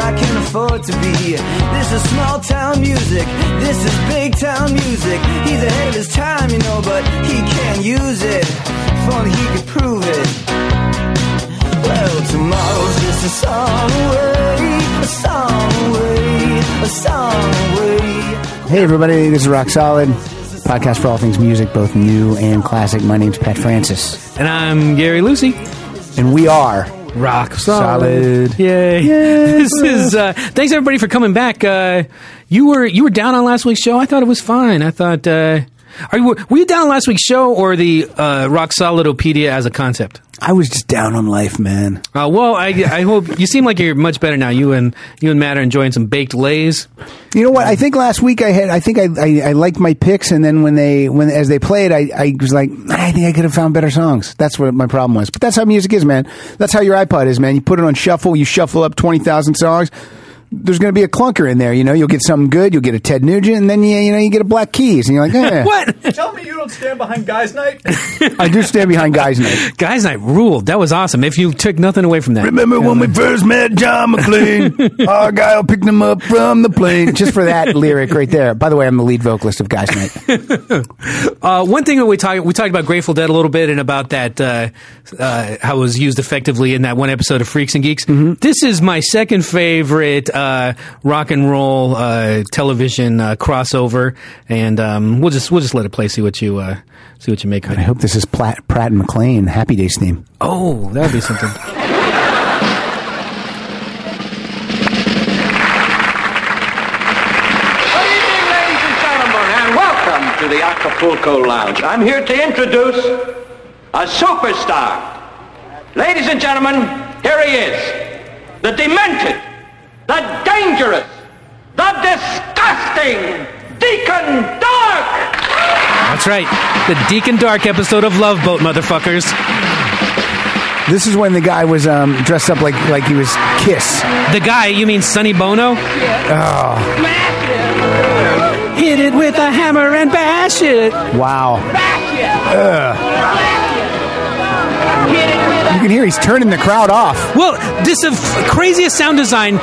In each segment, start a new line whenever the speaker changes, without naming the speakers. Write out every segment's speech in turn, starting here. afford to be. This is small town music. This is big town music. He's ahead of his time, you know, but he can't use it. If only he could prove it. Well, tomorrow's just a song away, a song away, a song away.
Hey, everybody, this is Rock Solid, podcast for all things music, both new and classic. My name's Pat Francis,
And I'm Gary Lucy.
and we are.
Rock
solid.
Yay. This is uh, thanks everybody for coming back. Uh, you were you were down on last week's show. I thought it was fine. I thought uh, are you were you down on last week's show or the uh, Rock Solidopedia as a concept?
I was just down on life, man.
Uh, well, I, I hope you seem like you're much better now. You and you and Matt are enjoying some baked lays.
You know what? I think last week I had. I think I, I, I liked my picks, and then when they when as they played, I, I was like, I think I could have found better songs. That's what my problem was. But that's how music is, man. That's how your iPod is, man. You put it on shuffle, you shuffle up twenty thousand songs. There's going to be a clunker in there, you know. You'll get something good. You'll get a Ted Nugent, and then you you know you get a Black Keys, and you're like, eh,
What?
Tell me you don't stand behind guys' night.
I do stand behind guys' night.
Guys Night ruled. That was awesome. If you took nothing away from that.
Remember when we first met John McLean? Our guy picked him up from the plane. Just for that lyric right there. By the way, I'm the lead vocalist of Guys Night.
Uh, one thing that we talked we talked about Grateful Dead a little bit and about that uh, uh, how it was used effectively in that one episode of Freaks and Geeks.
Mm-hmm.
This is my second favorite uh, rock and roll uh, television uh, crossover, and um, we'll just we'll just let it play. See what you uh, see what you make on
I
it.
hope this is Platt, Pratt and McLean Happy Days theme.
Oh, that would be something.
Good evening, ladies and gentlemen, and welcome to the Acapulco Lounge. I'm here to introduce a superstar. Ladies and gentlemen, here he is. The demented, the dangerous, the disgusting Deacon Dark!
That's right, the Deacon Dark episode of Love Boat, motherfuckers.
This is when the guy was um, dressed up like, like he was Kiss.
The guy, you mean Sonny Bono? Ah. Hit it with a hammer and bash it.
Wow. Ugh. You can hear he's turning the crowd off.
Well, this is the craziest sound design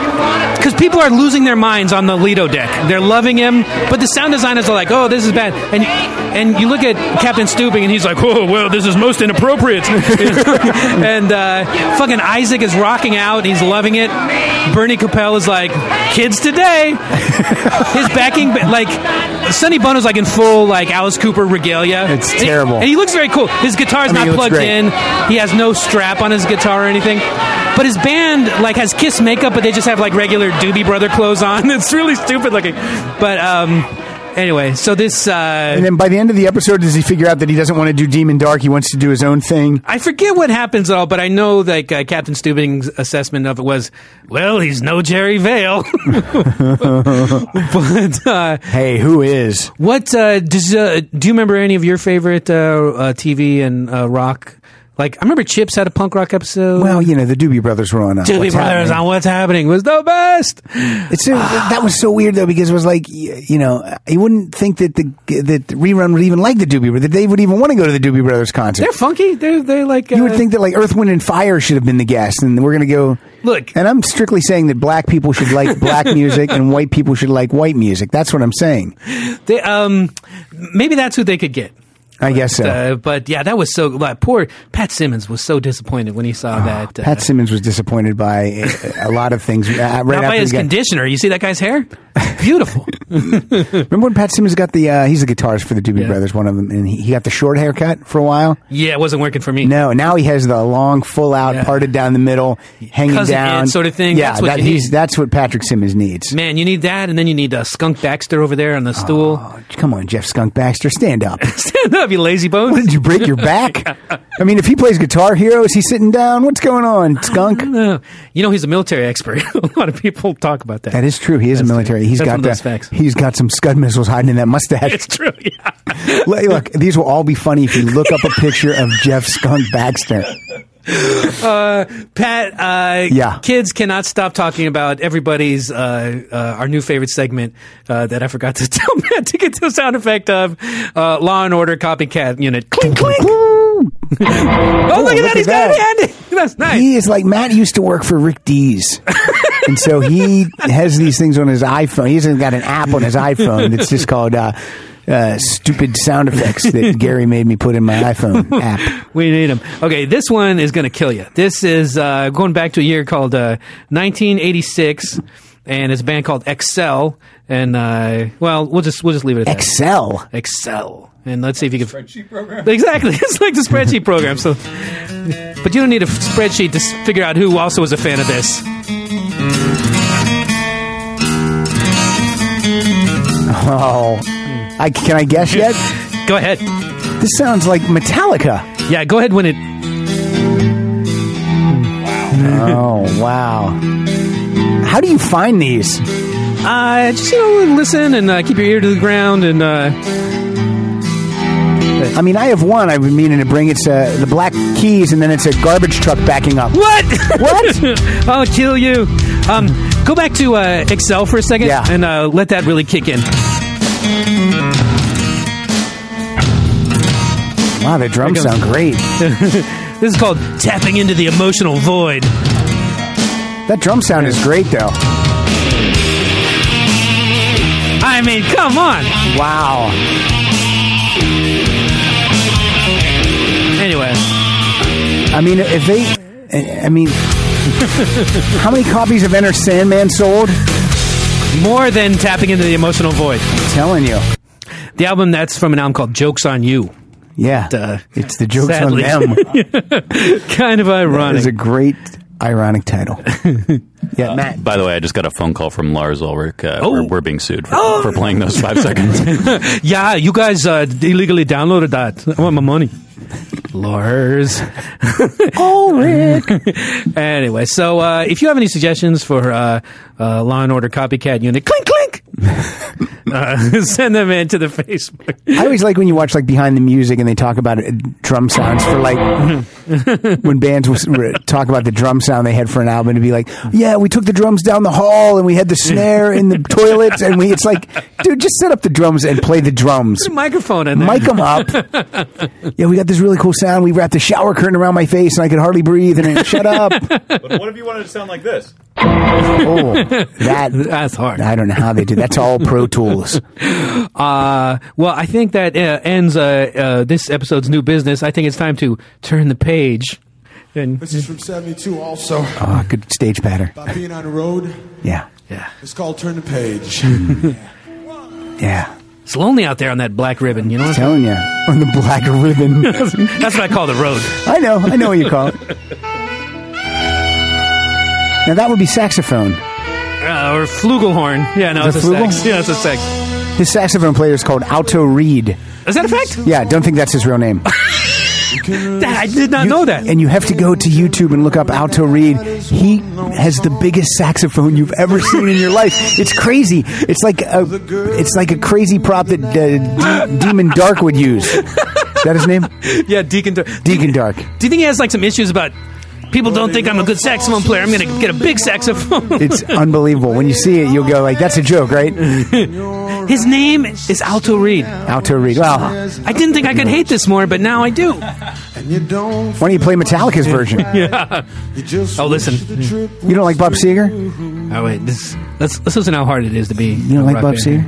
because people are losing their minds on the Lido deck. They're loving him, but the sound designers are like, "Oh, this is bad," and and you look at Captain Stooping, and he's like, "Oh, well, this is most inappropriate." and uh, fucking Isaac is rocking out; he's loving it. Bernie Capel is like, "Kids today." His backing, like, Sonny Bono's like in full like Alice Cooper regalia.
It's
And he-
terrible.
and he looks very cool. His guitar's
I mean, he
not
looks
plugged
great.
in. He has no strap on his guitar or anything. But his band like has Kiss makeup, but they just have like regular Doobie Brother clothes on. It's really stupid looking. But um, anyway, so this uh,
And then by the end of the episode, does he figure out that he doesn't want to do Demon Dark? He wants to do his own thing.
I forget what happens at all, but I know like uh, Captain Stubing's assessment of it was, well, he's no Jerry Vale. but uh,
Hey, who is?
what uh, does uh, do you remember any of your favorite uh, uh, TV and uh, rock? Like I remember Chips had a punk rock episode.
Well, you know, the Doobie Brothers were on. uh,
Doobie
What's
Brothers
Happening.
on What's Happening was the best.
It's so, that was so weird though because it was like y- you know you wouldn't think that the that the rerun would even like the Doobie Brothers that they would even want to go to the Doobie Brothers concert.
They're funky. They're they're like uh,
you would think that like Earth, Wind, and Fire should have been the guest, and we're gonna go
Look.
And I'm strictly saying that black people should like black music and white people should like white music. That's what I'm saying.
they, um maybe that's who they could get.
I guess so.
Uh, but yeah, that was so like, poor Pat Simmons was so disappointed when he saw that. Uh,
Ah, Pat Simmons was disappointed by a, a lot of things. Uh, right
not
after
by
he
his
got-
conditioner. You see that guy's hair? Beautiful.
remember when Pat Simmons got the uh, he's the guitarist for the Doobie
Yeah.
Brothers, one of them, and he, he got the short haircut for a while.
yeah, it wasn't working for me.
No, now he has the long, full out,
Yeah.
parted down the middle, hanging
Cousin
down,
Ed sort of thing.
Yeah,
That's what
that,
you
he's
need.
that's what Patrick Simmons needs.
Man, you need that, and then you need uh, Skunk Baxter over there on the stool.
Oh, come on, Jeff Skunk Baxter, stand up.
Stand up, you lazy bones.
Did you break your back? I mean, if he plays Guitar Hero, is he sitting down? What's going on, Skunk?
No. You know he's a military expert. a lot of people talk about that.
That is true. He is a military. He's
That's
got
one of those
the,
facts.
he's got some Scud missiles hiding in that mustache.
It's true. Yeah.
Look, look, these will all be funny if you look up a picture of Jeff Skunk Baxter.
Pat, uh,
Yeah.
kids cannot stop talking about everybody's uh, uh, our new favorite segment uh, that I forgot to tell Matt to get the sound effect of uh, Law and Order copycat unit. Clink clink.
Ooh.
Oh, look at that!
at
He's
that.
got it handy. That's nice.
He is like Matt used to work for Rick Dees. and so he has these things on his iPhone. He's got an app on his iPhone that's just called uh, uh, stupid sound effects that Gary made me put in my iPhone app.
We need them. Okay, this one is going to kill you. This is uh, going back to a year called uh, 1986, and it's a band called Excel. And uh, well, we'll just we'll just leave it at that.
Excel.
Excel. And let's see if you can.
Spreadsheet program.
Exactly, it's like the spreadsheet program. So, but you don't need a f- spreadsheet to s- figure out who also was a fan of this.
Oh, I, can I guess yet?
Go ahead.
This sounds like Metallica.
Yeah, go ahead when it.
Oh wow! How do you find these?
Uh, just you know, listen and uh, keep your ear to the ground and. Uh,
I mean, I have one. I've been meaning to bring. It's uh, the Black Keys, and then it's a garbage truck backing up.
What?
What?
I'll kill you. Um, go back to uh, Excel for a second
Yeah.
and uh, let that really kick in.
Wow, the drums
Here it
sound great.
This is called tapping into the emotional void.
That drum sound is great, though.
I mean, come on.
Wow.
Anyway,
I mean, if they, I I mean, how many copies of Enter Sandman sold?
more than tapping into the emotional void.
I'm telling you.
The album that's from an album called "Jokes on You."
Yeah,
Duh.
it's the jokes
Sadly.
on them.
Kind of
That
ironic.
is a great ironic title. yeah, Matt.
By the way, I just got a phone call from Lars Ulrich. Uh,
Oh.
we're, we're being sued for, for playing those five seconds.
yeah, you guys uh, illegally downloaded that. I want my money. Lars.
Oh, Rick.
Anyway, so uh, if you have any suggestions for uh, uh, Law and Order Copycat Unit, clink clink, uh, send them in to the Facebook.
I always like when you watch like behind the music and they talk about uh, drum sounds for like when bands was, were- talk about the drum sound they had for an album to be like, yeah, we took the drums down the hall and we had the snare in the toilets and we it's like, dude, just set up the drums and play the drums.
Microphone in there.
Mic them up. Yeah, we got this really cool sound. We wrapped a shower curtain around my face and I could hardly breathe. And it, shut up.
But what if you wanted it to sound like this?
Oh, that
That's hard.
I don't know how they do. That's all Pro Tools.
Uh, well, I think that uh, ends uh, uh, this episode's new business. I think it's time to turn the page. And
This is from 72 also.
Oh, good stage patter.
About being on the road.
Yeah,
yeah,
It's called Turn the Page.
yeah.
it's lonely out there on that black ribbon. You know,
Telling you on the black ribbon.
that's what I call the road.
I know. I know what you call it. Now that would be saxophone.
Uh, or flugelhorn. Yeah, no,
Is
it's a
it flugel?
sex. Yeah, it's a sex.
His saxophone player is called Alto Reed.
Is that a fact?
Yeah, don't think that's his real name.
I did not know that.
And you have to go to YouTube and look up Alto Reed. He has the biggest saxophone you've ever seen in your life. It's crazy. It's like a, it's like a crazy prop that uh, De- Demon Dark would use. Is that his name?
yeah, Deacon. Dar-
Deacon Dark.
Do you think he has like some issues about people don't think I'm a good saxophone player? I'm gonna get a big saxophone.
It's unbelievable. When you see it, you'll go like, "That's a joke, right?"
His name is Alto Reed.
Alto Reed. Well,
I didn't think I could hate this more, but now I do.
And you don't.
why don't you play Metallica's version?
You just
Oh, listen.
wish the trip
You don't like Bob Seger?
Oh wait, this let's let's listen how hard it is to be.
You don't like Bob Seger?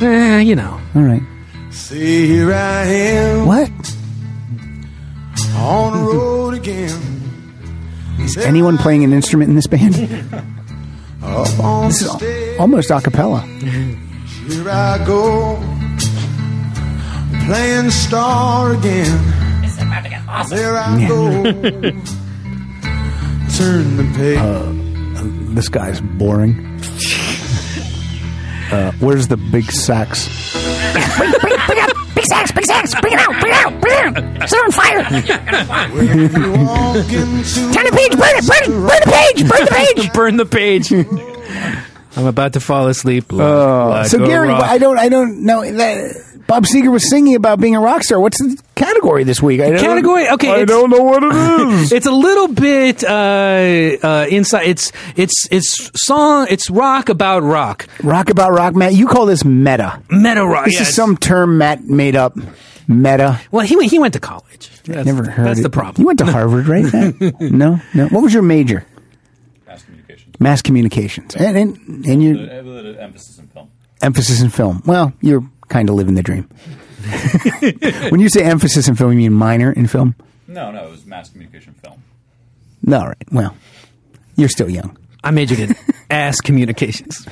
Eh, you know.
All right.
See, here I am.
What?
On the road again.
Is anyone playing an instrument in this band? this
On
is al-
stage.
almost a cappella.
Here I go. Playing star again. There I go. Turn the page.
This guy's boring. Uh, where's the big sax?
Big sacks, big sacks, bring it out, bring it out, bring it out. Set it on fire.
You walk into
Turn the page, burn it, burn it, burn the page, burn the page.
Burn the page. I'm about to fall asleep.
Oh. so Gary, I don't, I don't know. That, Bob Seger was singing about being a rock star. What's the category this week. I don't-
Category? Okay,
I
it's-
don't know what it is.
It's a little bit uh, uh, inside. It's it's it's song. It's rock about rock.
rock about rock, Matt. You call this meta?
Meta rock.
This
yeah,
is
it's-
some term Matt made up. Meta.
Well, he went. He went to college. That's,
Never heard.
That's
it.
the problem.
You went to Harvard, right? Matt? no, no. What was your major?
Mass communication.
Mass communications, and and, and your
With an emphasis in film.
emphasis in film. Well, you're kind of living the dream. when you say emphasis in film, you mean minor in film?
No, no, it was mass communication film.
No, all right. Well, you're still young.
I majored in ass communications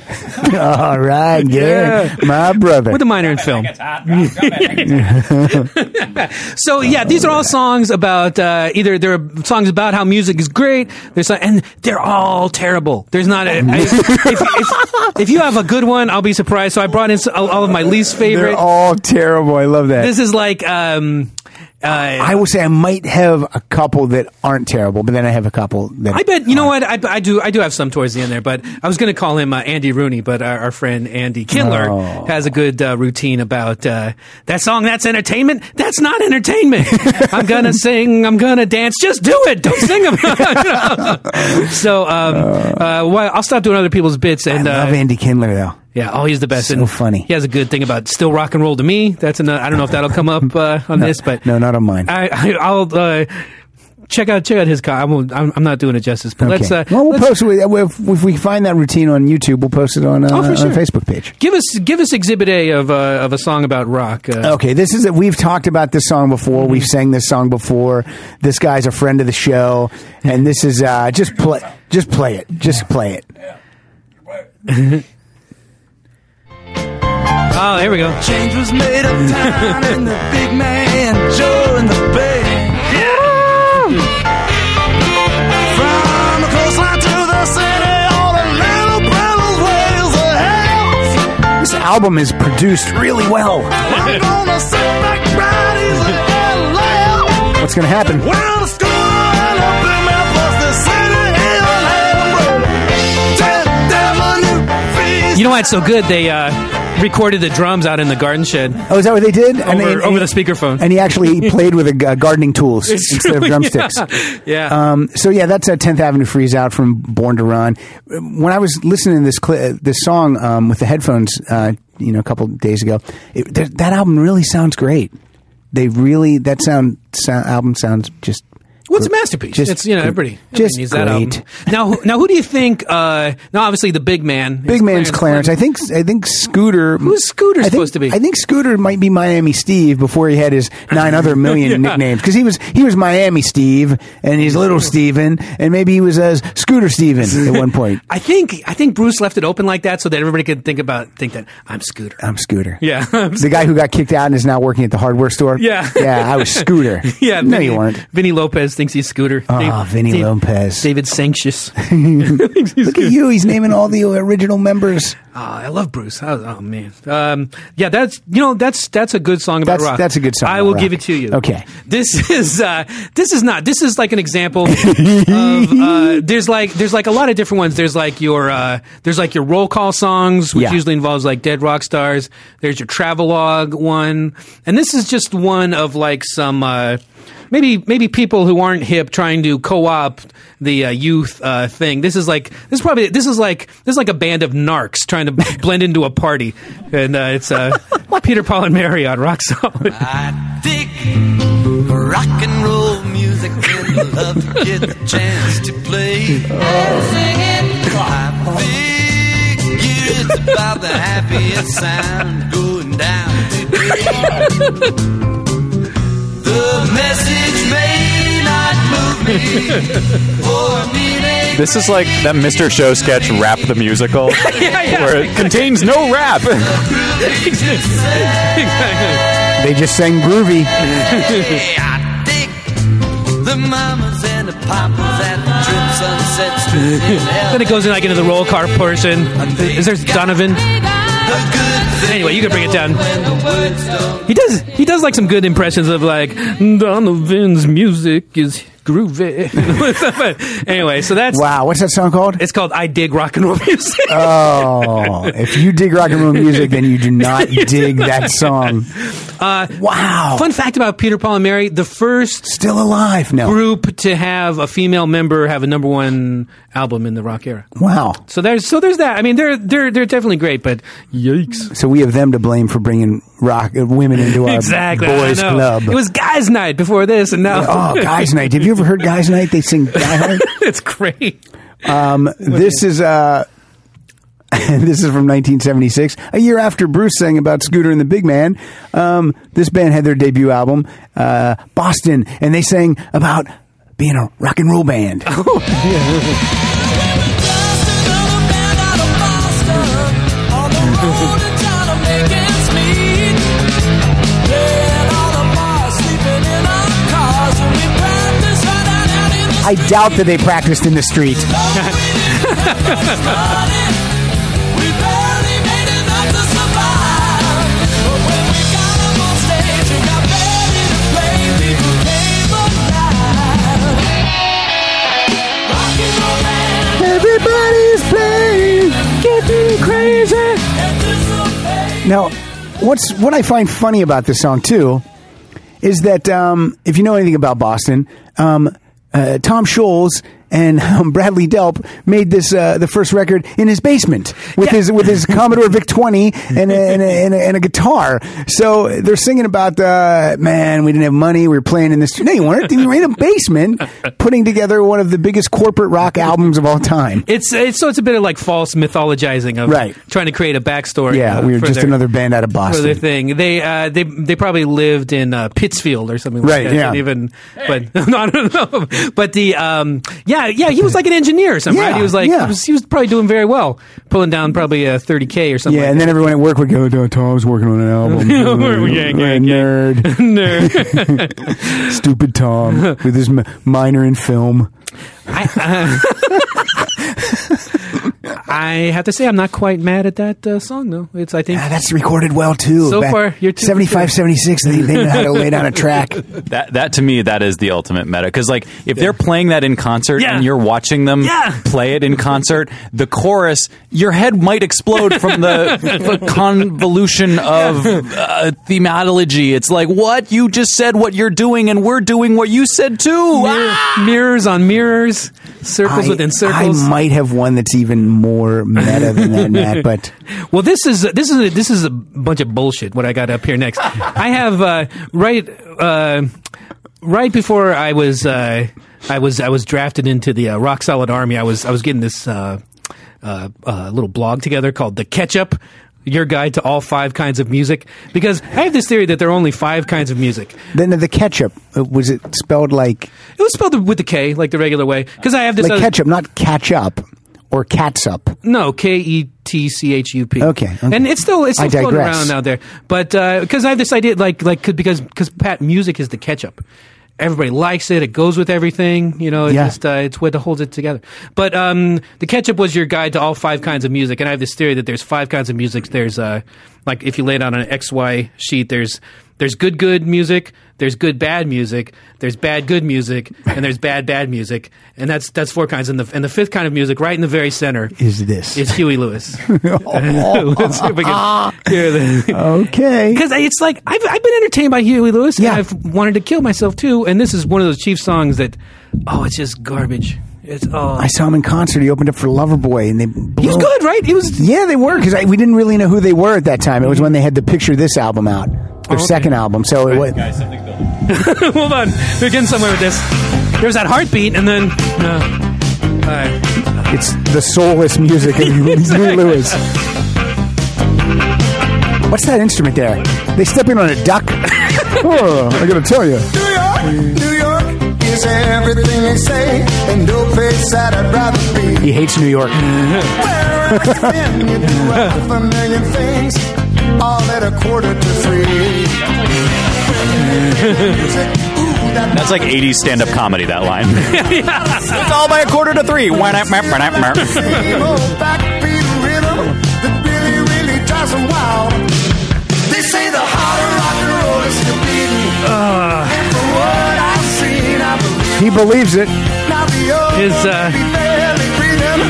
All right, good. My brother.
with a minor in film.
It's hot. drop, drop it.
So yeah, these are all songs about uh, either there are songs about how music is great. There's so- and they're all terrible. There's not a, I, if, if, if you have a good one, I'll be surprised. So I brought in s- all, all of my least favorite.
They're all terrible. I love that.
this is like um, uh,
I will say I might have a couple that aren't terrible, but then I have a couple that
I bet you know what I, I do. I do have some towards the end there, but I was going to call him uh, Andy Rooney, but our, our friend Andy Kindler
Oh.
has a good uh, routine about uh, that song. That's entertainment. That's not entertainment. I'm gonna sing. I'm gonna dance. Just do it. Don't sing about. it. so um, uh, well, I'll stop doing other people's bits and.
I love
uh,
Andy Kindler though.
yeah, oh, he's the best.
So
and
funny.
He has a good thing about still rock and roll to me. That's another. I don't know if that'll come up uh, on this, but
No, not on mine.
I, I I'll uh, check out check out his. co- I won't, I'm I'm not doing it justice, but let's uh,
well, we'll
let's
post it. If, if we find that routine on YouTube, we'll post it on, uh,
Oh, for
on
sure.
our Facebook page.
give us give us Exhibit A of uh, of a song about rock. Uh,
Okay, this is it. We've talked about this song before.
Mm-hmm.
We've sang this song before. This guy's a friend of the show, and this is uh, just play, just play it, just play it.
Oh, here we go.
Change was made uptown and the big man Joe in the bay. From the coastline to the city, all the little brothers wails of hell.
This album is produced really well.
I'm gonna sit back right easy and laugh.
What's going to happen?
Well, the school and the big man plus the city and the land. Tenth Avenue feast.
You know why it's so good? They uh, recorded the drums out in the garden shed
Oh, is that what they did?
over, over the speakerphone.
And he actually played with a, uh, gardening tools instead of drumsticks.
yeah. yeah.
Um, so yeah, that's a Tenth Avenue Freeze out from Born to Run. When I was listening to this cli uh, this song um, with the headphones, uh, you know, a couple days ago, it, th- that album really sounds great. They really that sound, sound album sounds just
What's a masterpiece?
Just
it's you know
gr-
everybody, everybody
just
needs that
great.
album. Now, who- now who do you think? Uh, now, obviously the big man,
big man's Clarence. I think I think Scooter.
Who's Scooter
I think-
supposed to be?
I think Scooter might be Miami Steve before he had his nine other million nicknames because he was he was Miami Steve and he's Little Steven and maybe he was as Scooter Steven at one point.
I think I think Bruce left it open like that so that everybody could think about think that I'm Scooter.
I'm Scooter.
Yeah, I'm
the guy who got kicked out and is now working at the hardware store.
Yeah.
yeah, I was Scooter.
Yeah,
no,
Vinny,
you weren't.
Vinny Lopez thinks he's Scooter.
Ah, Vinny Lopez.
David Sanctius.
Look at you. He's naming all the original members.
Ah, I love Bruce. Oh, oh, man, um, yeah, that's you know that's that's a good song about
That's-
rock.
that's a good song
I
about
will
rock.
give it to you.
Okay.
this is uh, this is not this is like an example of uh, there's like there's like a lot of different ones. There's like your uh, there's like your roll call songs, which
Yeah.
usually involves like dead rock stars. There's your travelogue one, and this is just one of like some. Uh, Maybe maybe people who aren't hip trying to co-opt the uh, youth uh, thing. This is like this is probably this is like this is like a band of narcs trying to blend into a party, and uh, it's uh, Peter Paul and Mary on Rock Solid.
I dig rock and roll music and love to get the chance to play and sing it. I figure it's about the happiest sound going down today. The message may not move me or meaning.
This is like that Mr. Show sketch, Rap the Musical, where it contains no rap.
They just sang groovy.
I dig the mamas and the papas at the trip sunset strip in
Then it goes in like into the roll car portion. Is there Donovan?
Anyway,
you can bring it down. He does. He does like some good impressions of like Donovan's music is groovy. anyway, so that's
Wow, what's that song called?
It's called I Dig Rock and Roll Music.
Oh, if you dig rock and roll music, then you do not dig that song. wow,
Uh, Fun fact about Peter, Paul, and Mary the first
still alive? No,
group to have a female member have a number one album in the rock era.
wow.
So there's so there's that. I mean, they're they're they're definitely great, but yikes!
So we have them to blame for bringing rock uh, women into our
Exactly, I
boys
know.
club.
It was guys' night before this, and now
oh, guys' night. Have you ever heard guys' night? They sing guy hard.
it's great.
this is uh this is from 1976 a year after bruce sang about scooter and the big man um, this band had their debut album uh, boston and they sang about being a rock and roll band i doubt that they practiced in the street everybody's playing getting crazy Now, what's what I find funny about this song too is that um, if you know anything about Boston, um, uh, Tom Scholes and um, Bradley Delp made this uh, the first record in his basement with his with his Commodore VIC twenty and a, and, a, and, a, and a guitar. So they're singing about uh, man, we didn't have money, we were playing in this. No, you weren't. You were in a basement putting together one of the biggest corporate rock albums of all time.
It's, it's so it's a bit of like false mythologizing of
Right.
trying to create a backstory.
Yeah,
uh,
we were
for
just
their-
another band out of
for
Boston.
their thing. They uh, they they probably lived in uh, Pittsfield or something.
Right,
Like that.
yeah.
Even but no, I don't know. But the um, yeah yeah he was like an engineer or something.
Yeah,
right? He was like
yeah.
he, was, he was probably doing very well, pulling down probably uh, 30k or something.
Yeah, and then everyone at work would go, "Oh, Tom's working on an album.
Yeah, yeah, yeah.
Nerd,
then
stupid Tom with his m- minor in film.
I, uh, I have to say I'm not quite mad at that uh, song though. It's I think
Ah, that's recorded well too.
So far, you're two for two.
75, 76, They, they know how to lay down a track.
That that to me that is the ultimate meta because like if they're playing that in concert
Yeah.
and you're watching them
Yeah.
play it in concert, the chorus your head might explode from the, the convolution of uh, thematology. It's like what you just said, what you're doing, and we're doing what you said too. Ah!
mirror- mirrors on mirrors, circles
I,
within circles.
I might have one that's even more meta than that, Matt. But
Well, this is this is this is a bunch of bullshit. What I got up here next, I have uh, right uh, right before I was uh, I was I was drafted into the uh, Rock Solid Army. I was I was getting this uh, uh, uh, little blog together called the Ketchup. Your guide to all five kinds of music, because I have this theory that there are only five kinds of music.
then the ketchup uh, was it spelled like
It was spelled with the K, like the regular way. Because I have this
like
other-
ketchup, not catch up or cats up.
No, K E T C H U P.
Okay, okay.
and it's still it's
I
still floating
digress.
around out there, but because I have this idea, like like could, because because Pat, music is the ketchup. Everybody likes it. It goes with everything. You know, it
Yeah.
just uh, it's what holds it together. But um, the ketchup was your guide to all five kinds of music, and I have this theory that there's five kinds of music. There's uh, like if you lay it on an X Y sheet, there's there's good good music, there's good bad music, there's bad good music, and there's bad bad music, and that's that's four kinds. And the and the fifth kind of music, right in the very center,
Is this
it's Huey Lewis. Let's see if we can Uh, hear the-
okay?
Because it's like I've, I've been entertained by Huey Lewis,
Yeah.
and I've wanted to kill myself too. And this is one of those Chief songs that, oh, it's just garbage. It's oh,
I saw him in concert. He opened up for Loverboy, and they
he was
blew-
good, right? He was
Yeah, they were because we didn't really know who they were at that time. It was when they had the Picture This album out, their
Oh, okay.
second album. So it was,
Guys, something building.
hold on, we're getting somewhere with this. There was that heartbeat, and then uh, all right.
it's the soulless music of Huey
Exactly.
Lewis. What's that instrument there? They step in on a duck. oh, I gotta tell you.
New York, New York is everything they say, and no place that I'd rather be.
He hates New York.
Where I've been, you do a half a million things, all at a quarter to three.
That's like 80s stand-up comedy. That line. It's all by a quarter to three. Why
Same old backbeat rhythm that really, really drives 'em wild. They say the harder rock and roll is to beat. and from what I've seen, I believe
He believes it.
Now the old
His, uh,
be barely breathing,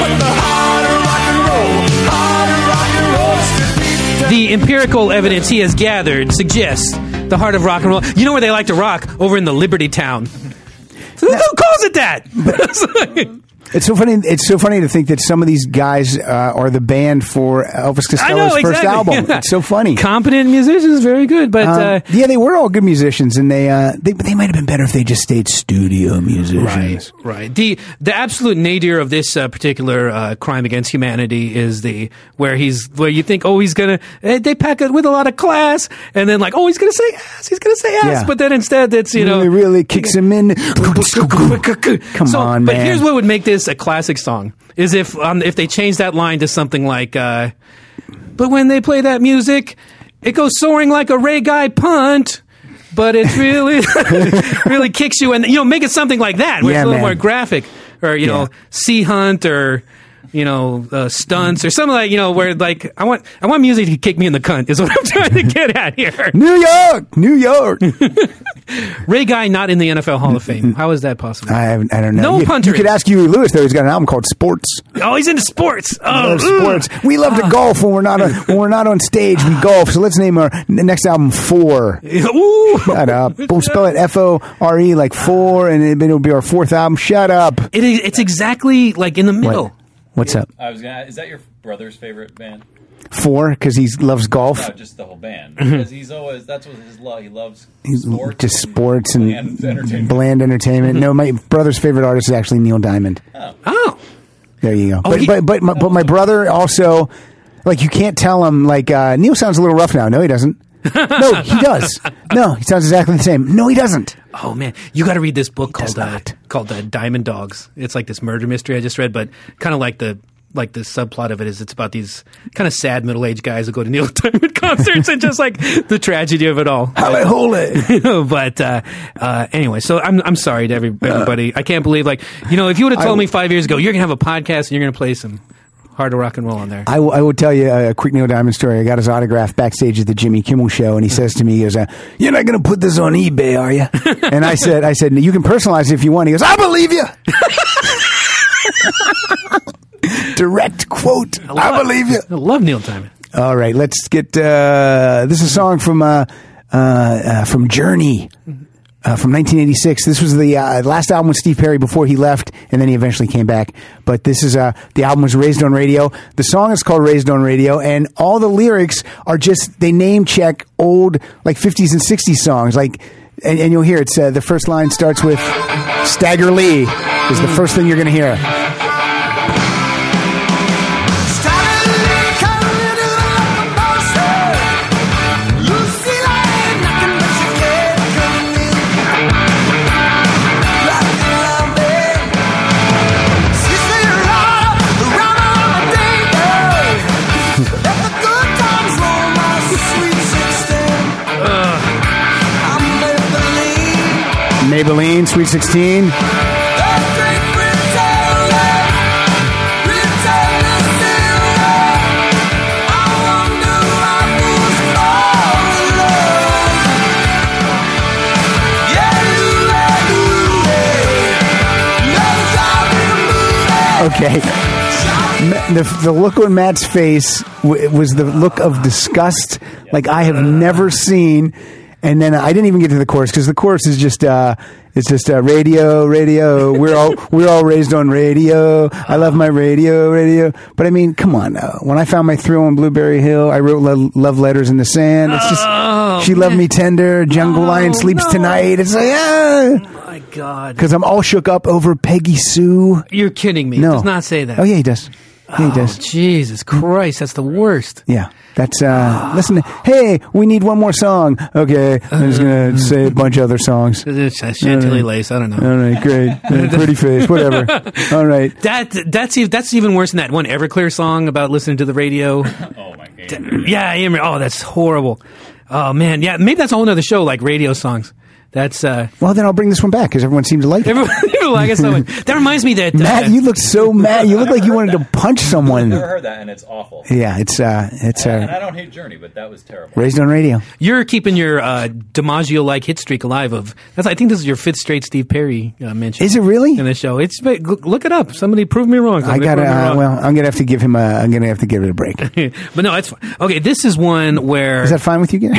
but the harder rock and roll, harder rock and roll should be to
The empirical evidence he has gathered suggests the heart of rock and roll. You know where they like to rock? Over in the Liberty Town. Who who calls it that?
It's so funny. It's so funny to think that some of these guys uh, are the band for Elvis
I
Costello's
know exactly.
first album.
Yeah.
It's so funny.
Competent musicians, very good, but
Um,
uh,
yeah, they were all good musicians, and they uh, they but they might have been better if they just stayed studio musicians.
Right. The the absolute nadir of this uh, particular uh, crime against humanity is the where he's where you think oh he's gonna eh, they pack it with a lot of class and then like oh he's gonna say ass he's gonna say ass
Yeah.
but then instead it's you know
really, really kicks him in. Come
so,
on,
but
man.
here's what would make this a classic song is if um, if they change that line to something like uh, but when they play that music it goes soaring like a ray guy punt. But it's really, really kicks you, and you know, make it something like that, where
Yeah,
it's a little
man.
more graphic, or you know, sea hunt, or you know, uh, stunts, or something like you know, where like I want, I want music to kick me in the cunt is what I'm trying to get at here.
New York, New York.
Ray Guy not in the NFL Hall of Fame. How is that possible?
I haven't, I don't know.
No
you,
punter.
You could ask Huey Lewis though. He's got an album called Sports.
Oh, he's into sports.
We
Oh,
love
ooh.
sports. We love
uh.
to golf when we're not on, when we're not on stage. We golf. So let's name our n- next album Four.
Ooh.
Shut up. We'll spell it F O R E like four, and it- it'll be our fourth album. Shut up.
It is, it's exactly like in the middle.
What? What's up?
I was gonna. Is that your brother's favorite band?
Four because he loves golf. Mm-hmm.
No, just the whole band. Because he's always that's what his love. He loves sports,
Just sports and
bland entertainment.
bland entertainment. No, my brother's favorite artist is actually Neil Diamond.
Oh.
There you go. but,
he- Oh.
but but my, but my brother also like you can't tell him like uh, Neil sounds a little rough now. No, he doesn't. no, he does. No, he sounds exactly the same. No, he doesn't.
Oh man, you got to read this book
does
called uh,
not.
called uh, Diamond Dogs. It's like this murder mystery I just read, but kind of like the like the subplot of it is it's about these kind of sad middle aged guys who go to Neil Diamond concerts and just like the tragedy of it all.
Holy holy.
but uh, uh, anyway, so I'm I'm sorry to every,
Uh.
everybody. I can't believe like you know if you would have told me five years ago you're gonna have a podcast and you're gonna play some hard rock and roll on there.
I, will- I will tell you a quick Neil Diamond story. I got his autograph backstage at the Jimmy Kimmel show, and he says to me, "He goes, uh, you're not going to put this on eBay, are you?" and I said, "I said you can personalize it if you want." He goes, "I believe you." Direct quote. I believe you.
I love Neil Diamond.
All right, let's get. Uh, this is a song from uh, uh, uh, from Journey. Uh, from 1986, this was the uh, last album with Steve Perry before he left, and then he eventually came back. But this is uh, the album was Raised on Radio. The song is called Raised on Radio, and all the lyrics are just they name check old like 50s and 60s songs. Like, and, and you'll hear it's uh, the first line starts with Stagger Lee is the first thing you're going to hear. Maybelline, Sweet 16. Okay. Ma- the, the look on Matt's face w- was the look of disgust, like I have
Uh.
never seen. And then I didn't even get to the chorus because the chorus is just uh, it's just uh, radio, radio. We're all we're all raised on radio. I love my radio, radio. But I mean, come on. Uh, when I found my thrill on Blueberry Hill, I wrote lo- love letters in the sand. It's just
Oh,
she loved me tender. Jungle Lion sleeps tonight. It's like ah,
My God,
because I'm all shook up over Peggy Sue.
you're kidding me. It
No,
Does not say that.
Oh yeah, he does. Yeah, he does.
Jesus Christ, that's the worst.
Yeah, that's uh. listen, to, hey, we need one more song. Okay, I'm just gonna say a bunch of other songs.
It's a Chantilly lace. I don't know.
All right, great, Uh, pretty face, whatever. All right,
That that's ev- that's even worse than that one Everclear song about listening to the radio.
Oh my god!
yeah, I am. Oh, that's horrible. Oh man, yeah. Maybe that's a whole other show, like radio songs. That's uh,
Well, then I'll bring this one back because everyone seemed to like it.
everyone. I guess that, that reminds me that uh,
Matt, you looked so mad. You looked like you wanted to punch someone.
Never heard that, and it's awful.
Yeah, it's uh, it's
And I
uh,
don't hate Journey, but that was terrible.
raised on radio.
You're keeping your uh, DiMaggio-like hit streak alive. Of that's, I think this is your fifth straight Steve Perry uh, mention.
Is it really?
in the show? It's but look look it up. Somebody prove me wrong.
I
Somebody
got to.
prove me
Uh,
wrong.
well, I'm gonna have to give him a. I'm gonna have to give it a break.
but no, that's fine. Okay, this is one where
Is that fine with you guys?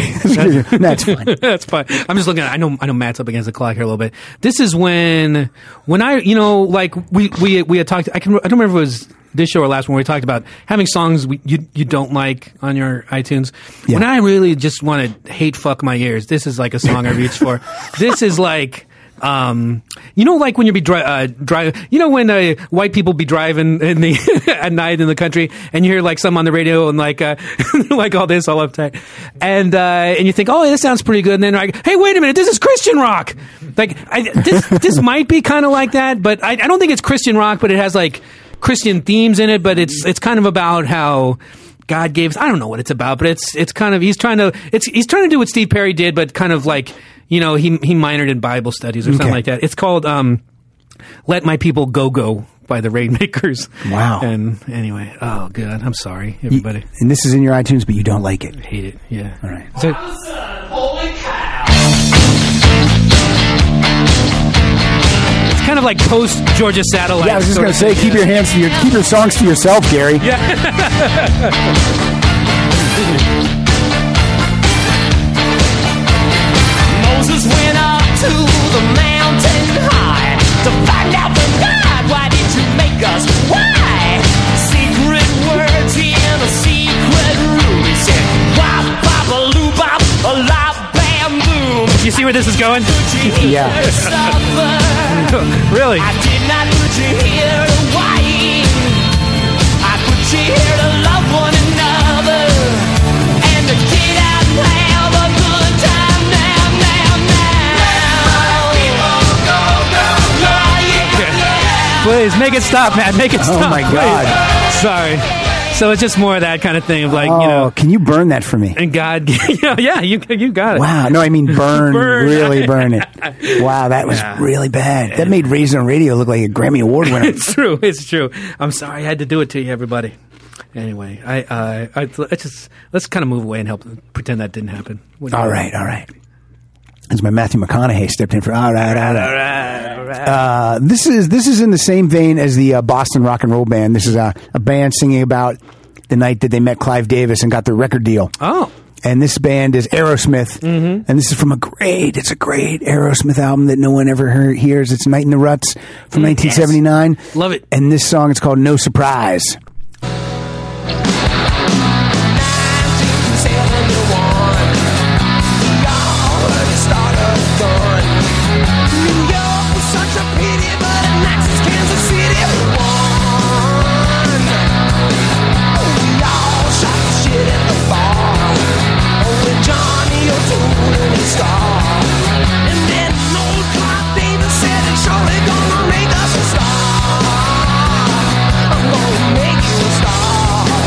no, it's fine.
That's fine. I'm just looking. At, I know. I know. Matt's up against the clock here a little bit. This is when, when I, you know, like we we we had talked. I can. I don't remember if it was this show or last one. We talked about having songs we, you you don't like on your iTunes. When I really just want to hate fuck my ears, this is like a song I reach for. This is like. Um, you know, like when you be dri- uh, drive, you know, when uh, white people be driving in the at night in the country, and you hear like some on the radio and like uh, like all this all uptight, and uh, and you think, oh, this sounds pretty good, and then like, hey, wait a minute, this is Christian rock. Like, I, this this might be kind of like that, but I, I don't think it's Christian rock, but it has like Christian themes in it, but it's it's kind of about how. God gave. us- I don't know what it's about, but it's it's kind of he's trying to it's he's trying to do what Steve Perry did, but kind of like you know he he minored in Bible studies or something
Okay.
like that. It's called um, "Let My People Go Go" by the Rainmakers.
Wow.
And anyway, oh god, I'm sorry, everybody.
And this is in your iTunes, but you don't like it.
Hate it. Yeah.
All right.
So, it's kind of like post Georgia Satellite.
Yeah, I was just
sort
gonna
of
say,
thing,
keep
yeah.
your hands to your keep your songs to yourself, Gary. Yeah.
Moses went up to the mountain high to find out from God why did you make us? Why? Secret words in a secret room. He said, Wop, bop, a loop, bop, a lop, bam, boom.
You see where this is going?
Did you
Yeah.
hear supper?
really?
I did not put you here to whine. I put you here to love one another and to get out and have a good time now, now, now.
Please make it stop, Matt. Make it stop.
Oh my
please.
God.
Sorry. So it's just more of that kind of thing of like
Oh,
you know,
can you burn that for me?
and God, you know, yeah, you you got it.
Wow. No, I mean burn,
Burn.
really burn it. Wow, that was really bad. That made Raised on Radio look like a Grammy Award winner.
It's true. It's true. I'm sorry I had to do it to you, everybody. Anyway, I uh, I let's just let's kind of move away and help pretend that didn't happen. What do you-
all right, all right. That's my Matthew McConaughey stepped in for all right, all right. Uh, this is this is in the same vein as the uh, Boston Rock and Roll Band. This is a, a band singing about the night that they met Clive Davis and got their record deal.
Oh,
and this band is Aerosmith, mm-hmm. and this is from a great, it's a great Aerosmith album that no one ever hear, hears. It's Night in the Ruts from 1979.
Mm, Love it.
And this song, it's called No Surprise.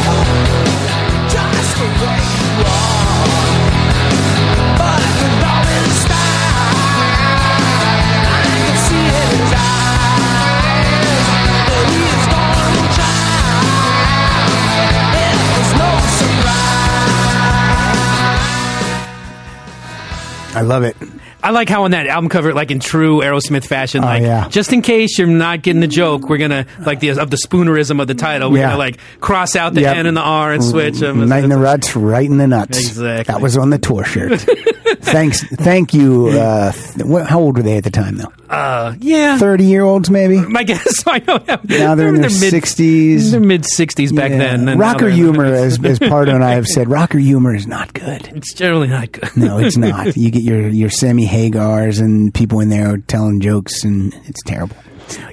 Just the way you are But I could always stop I can see it in his eyes That he is going to try And there's no surprise
I love it.
I like how on that album cover, like in true Aerosmith fashion, like
Oh, yeah.
just in case you're not getting the joke, we're gonna like the of the spoonerism of the title. We're
Yeah.
gonna like cross out the
Yep.
N and the R and switch them.
Night in the Ruts, right in the nuts.
Exactly.
That was on the tour shirt. Thanks. Thank you. Uh, th- what, how old were they at the time, though?
yeah,
30 year olds, maybe?
I guess I know.
Now they're in their 60s.
They're mid sixties back
Yeah.
then. and now
rocker
they're in their
humor, as,
50s.
as Pardo and I have said, rocker humor is not good.
It's generally not good.
No, it's not. you get your your Sammy Hagars and people in there telling jokes, and it's terrible.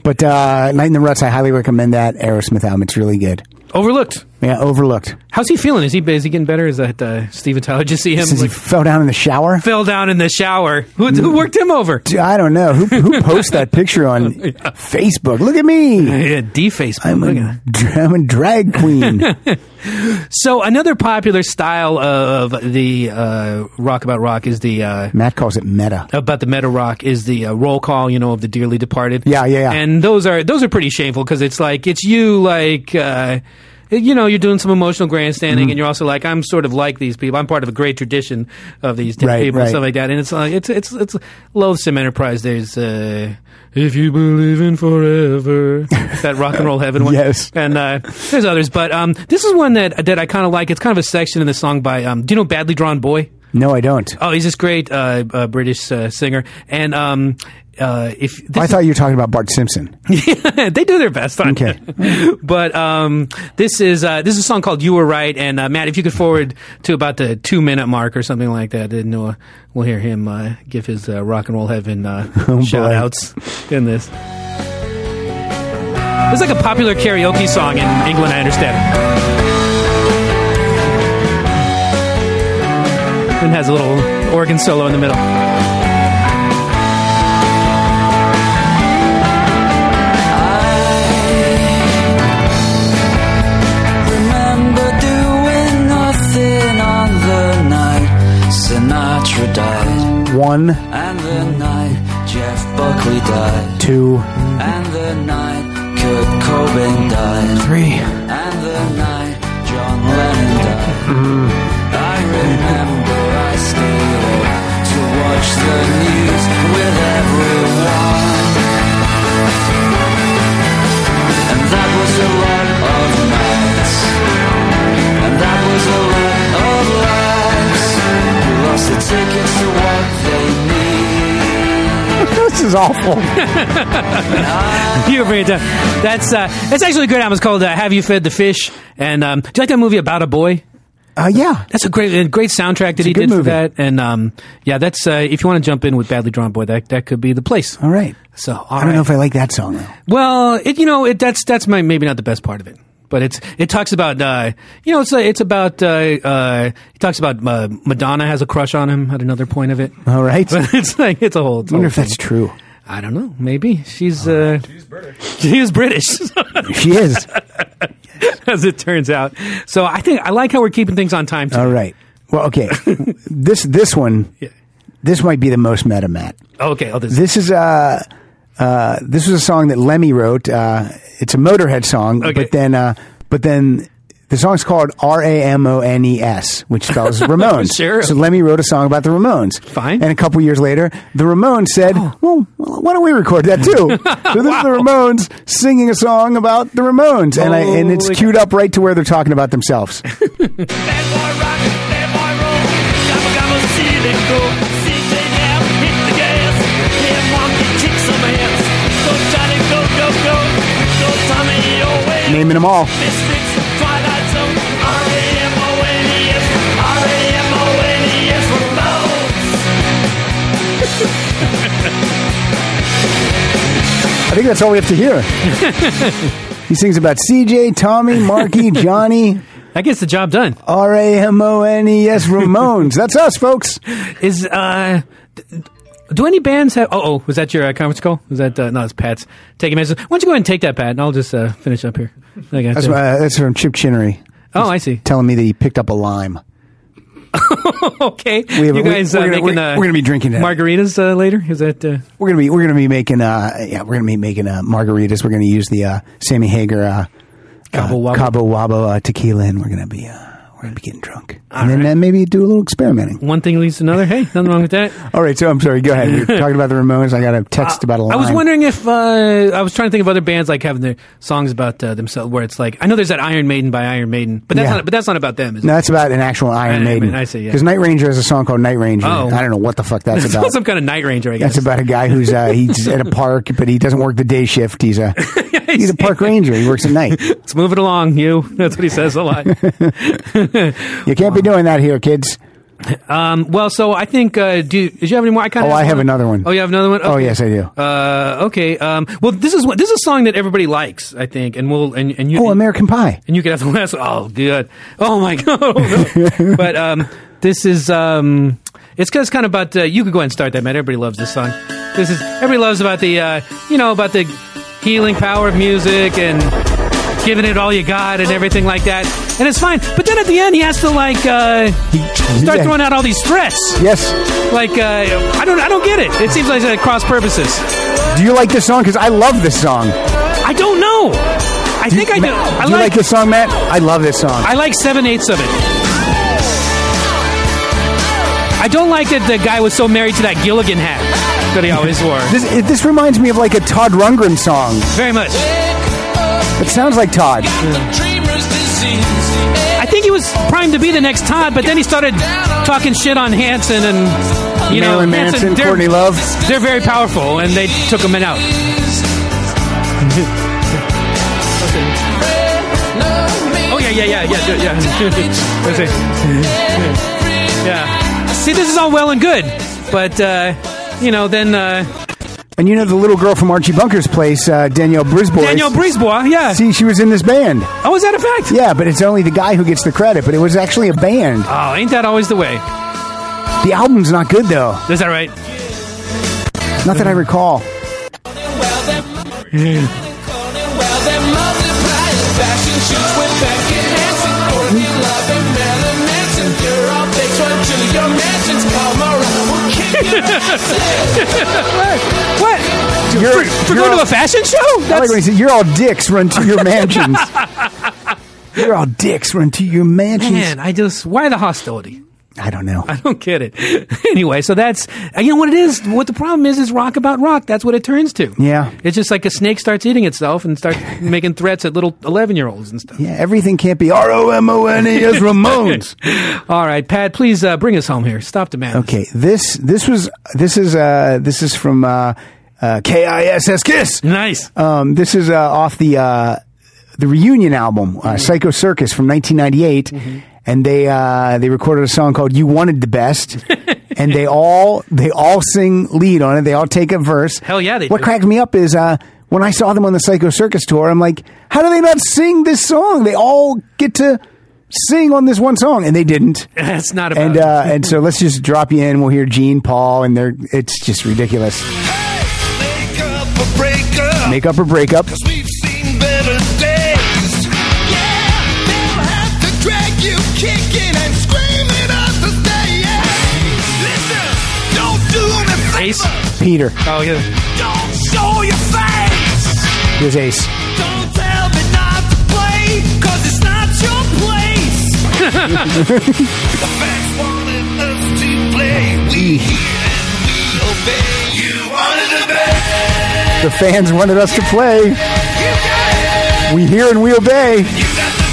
But uh, Night in the Ruts, I highly recommend that Aerosmith album. It's really good.
Overlooked.
Yeah, overlooked.
How's he feeling? Is he is he getting better? Is that uh, Steven Tyler? Just see him
Since
like,
he Mm. fell down in the shower.
fell down in the shower. Who, who worked him over?
Dude, I don't know who who posts that picture on Facebook. Look at me.
Yeah, deface.
I'm a, I'm a drag queen.
So another popular style of the uh, rock about rock is the uh,
Matt calls it meta.
about the meta rock is the uh, roll call, you know, of the dearly departed.
Yeah, yeah, yeah.
And those are those are pretty shameful because it's like it's you like. Uh, you know, you're doing some emotional
Mm-hmm.
grandstanding, and you're also like, I'm sort of like these people. I'm part of a great tradition of these different
Right,
people and
right.
stuff like that. And it's like it's it's it's a loathsome enterprise. There's uh, if you believe in forever, that rock and roll heaven one.
Yes.
and uh, there's others, but um, this is one that that I kind of like. It's kind of a section in the song by um, do you know Badly Drawn Boy?
No, I don't.
Oh, he's this great uh, uh, British uh, singer, and um, uh, if
I
this,
thought you were talking about Bart Simpson.
they do their best on
Okay.
it. but um, this is uh, this is a song called "You Were Right," and uh, Matt, if you could forward to about the two minute mark or something like that, then uh, we'll hear him uh, give his uh, rock and roll heaven uh,
Oh,
shout outs in this. It's like a popular karaoke song in England, I understand. And has a little organ solo in the middle.
remember doing nothing on the night Sinatra died,
One,
and the night Jeff Buckley died,
two,
and the night Kurt Cobain died,
three.
and the night John Lennon died. I remember I stayed up to watch the news with everyone. And that was a lot of nights. And that was a lot of lives. We lost the tickets to what they need.
This is awful.
You can bring it down. That's uh, that's actually a great album. It's called uh, "Have You Fed the Fish." And um, do you like that movie about a boy?
Uh, yeah.
That's a great a great soundtrack that he
good
did for
movie.
that. And um, yeah, that's uh, if you want to jump in with "Badly Drawn Boy," that that could be the place.
All right.
So all
I don't
right.
know if I like that song though.
Well, it, you know, it, that's that's my maybe not the best part of it, but it's it talks about uh, you know it's uh, it's about uh, uh, it talks about uh, Madonna has a crush on him at another point of it.
All right. I
But it's like it's a whole. It's a
wonder
whole
if that's
thing.
true.
I don't know. Maybe she's uh, she's British. She's British.
She is.
as it turns out. So I think I like how we're keeping things on time. Too.
All right. Well, okay. this this one.
Yeah.
This might be the most meta, Matt.
Okay. Oh, this,
This is uh, uh, this was a song that Lemmy wrote. Uh, it's a Motorhead song,
Okay.
but then uh, but then the song's called R A M O N E S, which spells Ramones.
Sure.
So Lemmy wrote a song about the Ramones.
Fine. Oh.
And a couple years later, the Ramones said, "Well, why don't we record that too?" so this is the Ramones singing a song about the Ramones, and I and it's
Holy
queued up right to where they're talking about themselves.
Bad boy rock, bad boy roll. Gobble gobble, see them go. See they have hit the gas. Hit one, kick some ass. Go Johnny, go go go. Go Tommy, your way.
Naming them all.
Mystics, Twilight Zone, R-A-M-O-N-E-S, R-A-M-O-N-E-S, Ramones.
I think that's all we have to hear. he sings about CJ, Tommy, Marky, Johnny,
that gets the job done.
R A M O N E S Ramones. That's us, folks.
Is uh, d- do any bands have? Oh, oh, was that your uh, conference call? Was that uh, no? It's Pat's taking messages. Why don't you go ahead and take that, Pat, and I'll just uh, finish up here. Okay,
That's,
so-
uh, that's from Chip Chinnery
oh, I see.
telling me that he picked up a lime.
Okay,
have-
you
we-
guys
we're
uh,
gonna-
making
we're-
uh,
we're gonna be drinking that.
margaritas uh, later. Is that uh,
We're gonna be we're gonna be making uh yeah we're gonna be making uh, margaritas. We're gonna use the uh, Sammy Hager uh,
Cabo
uh,
Wabo?
Cabo Wabo, uh, tequila, and we're gonna be uh, we're gonna be getting drunk, and then uh, maybe do a little experimenting.
one thing leads to another? Hey, nothing wrong with that.
All right, so I'm sorry. Go ahead. You're talking about the Ramones. I got a text about a lime.
Uh, I was wondering if uh, I was trying to think of other bands like having their songs about uh, themselves, where it's like I know there's that Iron Maiden by Iron Maiden, but that's
Yeah.
not but that's not about them. Is it?
No, that's about an actual Iron
Iron
Maiden.
Maiden, I see, yeah.
Because Night Ranger has a song called Night Ranger.
Oh.
I don't know what the fuck that's
It's
about.
some kind of night ranger, I guess.
That's about a guy who's uh, he's at a park, but he doesn't work the day shift. He's a he's a park ranger. He works at night.
Let's move it along, you. That's what he says a lot.
You can't be doing that here, kids.
Um, well, so I think. Uh, do did you have any more? I kind
Oh,
of.
I have another one.
Oh, you have another one.
Oh,
Okay.
yes, I do.
Uh, okay. Um, well, this is what this is a song that everybody likes, I think, and we'll and and you.
Oh, American Pie.
And you could have the last. Oh, good. Oh my god. Oh, no. but um, this is um, it's, it's kind of about. Uh, you could go ahead and start that, man. Everybody loves this song. This is everybody loves about the uh, you know about the healing power of music and giving it all you got and everything like that. And it's fine. But then at the end, he has to like uh, start
Yeah.
throwing out all these threats.
Yes.
Like uh, I don't I don't get it. It seems like it's at cross purposes.
Do you like this song? Because I love this song.
I don't know. I think I do. I
do you like,
like
this song, Matt? I love this song.
I like seven eighths of it. I don't like that the guy was so married to that Gilligan hat that he always wore.
this, it, this reminds me of like a Todd Rundgren song.
Very much.
It sounds like Todd.
I think he was primed to be the next Todd, but then he started talking shit on Hanson and you know
Marilyn Manson,
they're-
Courtney Love.
They're very powerful, and they took him in out. oh yeah, yeah, yeah, yeah, yeah. yeah. Let's see. yeah. See, this is all well and good, but uh, you know, then uh,
And you know the little girl from Archie Bunker's place, uh, Danielle Brisbois.
Daniel Brisbois, yeah.
See, she was in this band.
Oh, is that a fact?
Yeah, but it's only the guy who gets the credit. But it was actually a band.
Oh, ain't that always the way?
The album's not good though.
Is that right?
Not that I recall.
What?
You're,
For
you're
going to
all,
a fashion show?
I like
That's,
when he said, "You're all dicks. Run to your mansions." you're all dicks. Run to your mansions.
man, I just why the hostility?
I don't know.
I don't get it. anyway, so that's you know what it is. What the problem is is rock about rock. That's what it turns to.
Yeah.
it's just like a snake starts eating itself and starts making threats at little eleven year olds and stuff.
Yeah, everything can't be R O M O N E as Ramones.
All right, Pat, please uh, bring us home here. Stop the madness.
Okay, this this was this is uh this is from uh, uh K I S S Kiss.
nice.
Um, this is uh, off the uh, the reunion album, uh,
Mm-hmm.
Psycho Circus from 1998, and they uh, they recorded a song called "You Wanted the Best," and they all they all sing lead on it. They all take a verse.
Hell yeah, they
What
do.
cracked me up is uh, when I saw them on the Psycho Circus tour. I'm like, how do they not sing this song? They all get to sing on this one song, and they didn't.
that's not about.
And uh, and so let's just drop you in. We'll hear Gene, Paul, and they're it's just ridiculous. Make up or break up.
We've seen better days. Yeah, they'll have to drag you kicking and screaming us to stay. Yeah. Listen, don't do me
it. Ace.
Peter,
Oh yeah.
Don't show your face.
here's Ace.
Don't tell me not to play, cause it's not your place. the fans wanted us to play. We hear and we obey. You wanted to best.
The fans wanted us to play.
You got it.
We hear and we obey.
You got the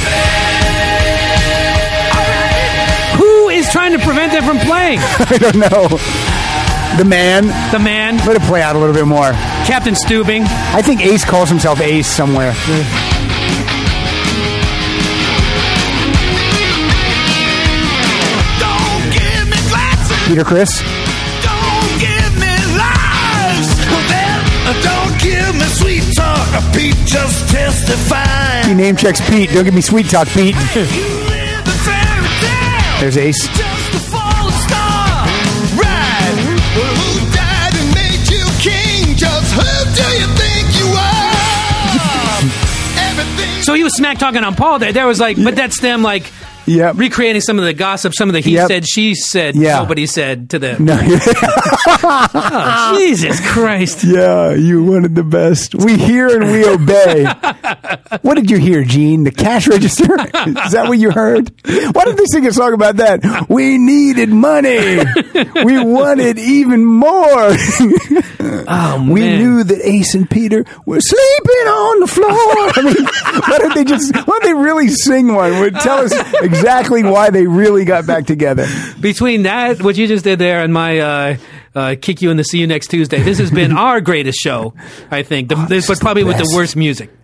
best.
Who is trying to prevent them from playing?
I don't know. The man.
the man,
Let it play out a little bit more.
Captain Stubing.
I think Ace calls himself Ace somewhere.
Don't give me glasses.
Peter Chris.
Don't give me lies. Then uh, don't give me sweet talk. Pete just
He
testifying.
name checks Pete. Don't give me sweet talk, Pete.
you live in fairy tale.
There's Ace.
just a fallen star. Right. Well, who died and made you king? Just who do you think you are? Everything.
So he was smack talking on Paul. There, there was like, but that's them like
Yep.
recreating some of the gossip, some of the he
Yep.
said, she said,
Yeah.
nobody said to them.
No. Uh,
Oh, Jesus Christ.
yeah, you wanted the best. We hear and we obey. what did you hear, Gene? The cash register? Is that what you heard? Why did they sing a song about that? We needed money. we wanted even more.
Oh,
We
man.
knew that Ace and Peter were sleeping on the floor. I mean, why don't they just, why don't they really sing one? Would tell us exactly why they really got back together.
Between that, what you just did there, and my uh, uh, kick you in the see you next Tuesday, this has been our greatest show, I think. The, this, but probably with the
best.
worst music.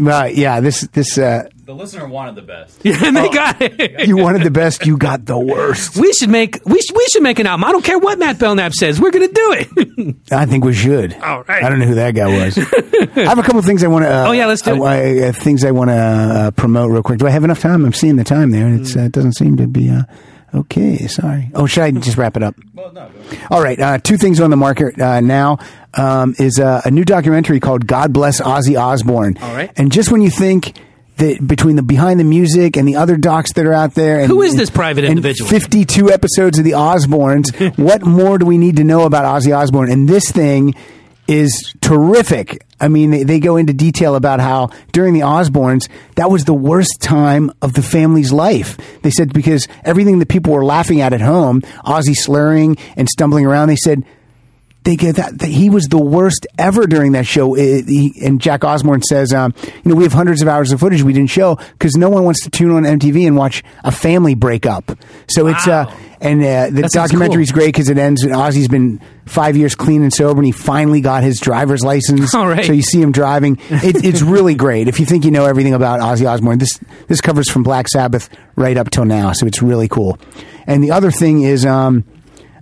Right? Yeah. This this uh,
The listener wanted the best.
Yeah, and they got it.
you wanted the best, you got the worst.
Oh. We should make we should, we should make an album. I don't care what Matt Belknap says. We're gonna do it.
I think we should.
All right.
I don't know who that guy was. I have a couple things I want to. Uh,
Oh, yeah, let's do
I- I- uh, things I want to uh, promote real quick. Do I have enough time? I'm seeing the time there. It's,
Hmm.
uh, it doesn't seem to be. Uh, okay, sorry. Oh, should I just wrap it up?
Well, no. go ahead.
All right, uh, two things on the market uh, now um, is uh, a new documentary called "God Bless Ozzy Osbourne." All
right.
and just when you think that between the behind the music and the other docs that are out there, and,
Who is this private
and
individual?
Fifty-two episodes of the Osbournes. what more do we need to know about Ozzy Osbourne? And this thing is terrific. I mean, they, they go into detail about how during the Osbournes, that was the worst time of the family's life. They said because everything that people were laughing at at home, Ozzy slurring and stumbling around, they said they get that, that he was the worst ever during that show. It- he- and Jack Osborne says, um, you know, we have hundreds of hours of footage we didn't show because no one wants to tune on MTV and watch a family break up. So it's
Wow.
uh, and uh, the
That sounds
documentary is
cool.
great because it ends. And Ozzy's been five years clean and sober, and he finally got his driver's license.
All right.
So you see him driving. It, it's really great. If you think you know everything about Ozzy Osbourne, this this covers from Black Sabbath right up till now. So it's really cool. And the other thing is. Um,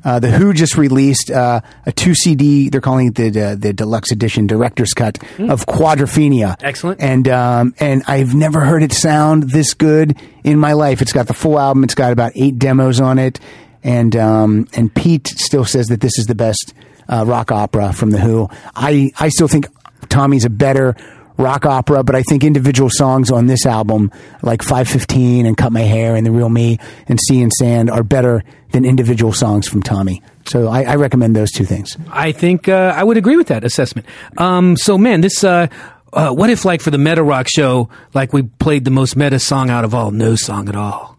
uh, the Who just released uh, a two CD. They're calling it the uh, the deluxe edition, director's cut of Quadrophenia.
Excellent.
And um, and I've never heard it sound this good in my life. It's got the full album. It's got about eight demos on it. And um, and Pete still says that this is the best uh, rock opera from the Who. I I still think Tommy's a better rock opera, but I think individual songs on this album, like 515 and Cut My Hair and The Real Me and Sea and Sand, are better than individual songs from Tommy. So I, I recommend those two things.
I think uh, I would agree with that assessment. Um, so, man, this. Uh, uh, what if, like, for the Meta Rock show, like we played the most meta song out of all? No song at all.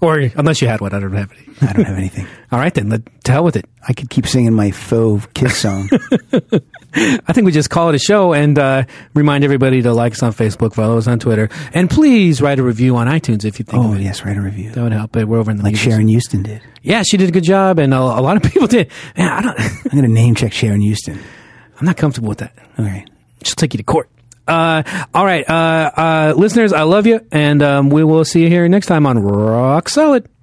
Or unless you had one, I don't have any.
I don't have anything.
All right, then, let to hell with it.
I could keep singing my faux kiss song.
I think we just call it a show and uh, remind everybody to like us on Facebook, follow us on Twitter, and please write a review on iTunes if you think.
oh
of it.
yes, write a review.
that would help. But we're over in the
Like
music-
Sharon Houston did.
Yeah, she did a good job, and a, a lot of people did. Man, I don't.
I'm gonna name check Sharon Houston.
I'm not comfortable with that.
All right.
She'll take you to court. Uh, all right, uh, uh, listeners, I love you, and um, we will see you here next time on Rock Solid.